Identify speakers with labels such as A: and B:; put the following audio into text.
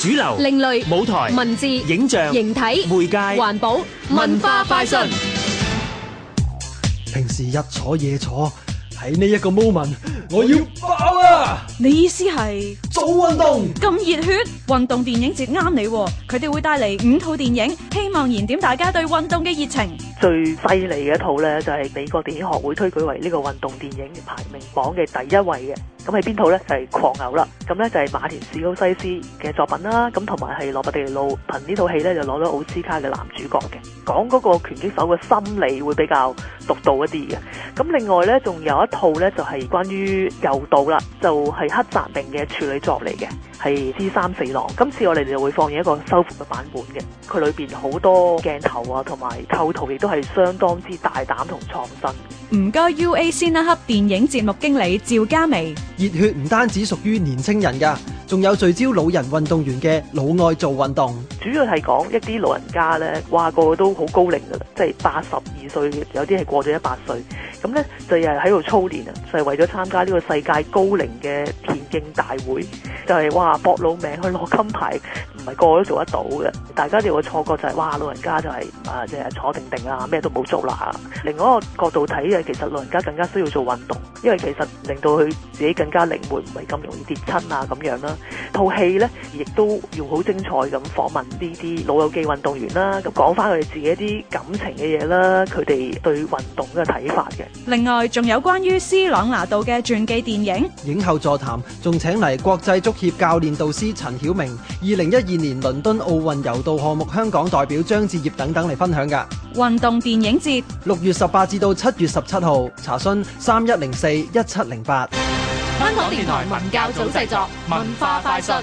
A: 主流、
B: 另類
A: 舞台、
B: 文字
A: 影像、
B: 形體
A: 媒介、
B: 環保文化快訊。
C: 平時日坐夜坐，喺呢一個 moment，我要爆啊！
D: 你意思係
C: 做運動，
D: 咁熱血？運動電影節啱你喎，佢哋會帶嚟五套電影，希望燃點大家對運動嘅熱情。
E: 最犀利嘅一套呢，就係、美國電影學會推舉為呢個運動電影排名榜嘅第一位嘅。咁係邊套呢？就係、狂牛》啦。咁呢，就係、馬田史高西斯嘅作品啦。咁同埋係羅伯迪尼路憑呢套戲呢，就攞到奧斯卡嘅男主角嘅。講嗰個拳擊手嘅心理會比較獨到一啲嘅。咁另外呢，仲有一套呢，就係、關於柔道啦，就係、黑澤明嘅處女作嚟嘅，係《之三四郎》。今次我哋就會放映一個修復嘅版本嘅，佢裏邊好多鏡頭啊，同埋構圖亦都係相當之大膽同創新。
D: 唔該 UA 先啦，克電影節目經理趙嘉薇。
C: 熱血唔單止屬於年青人㗎，仲有聚焦老人運動員嘅老愛做運動。
E: 主要係講一啲老人家呢，哇個個都好高齡噶啦，即係八十二歲，有啲係過咗一百歲。咁呢，就又係喺度操練啊，就係、為咗參加呢個世界高齡嘅田徑大會，就係、哇搏老命去攞金牌，唔係個個都做得到嘅。大家哋個錯覺就係、哇老人家就係、啊即係坐定定啊，咩都冇做啦。另外一個角度睇啊嘅，其實老人家更加需要做運動，因為其實令到佢自己更加靈活，唔係咁容易跌親啊咁樣啦。套戲呢，亦都要好精彩咁訪問呢啲老友記運動員啦，咁講翻佢哋自己一啲感情嘅嘢啦，佢哋對運動嘅睇法嘅。
D: 另外仲有關於斯朗拿度嘅傳記電影，
C: 影後座談仲請嚟國際足協教練導師陳曉明、二零一二年倫敦奧運柔道項目香港代表張志業等等嚟分享㗎。
D: 運動電影節。
C: 六月十八至到七月十七號，查詢三一零四一七零八。
B: 香港電台文教組製作文化快訊。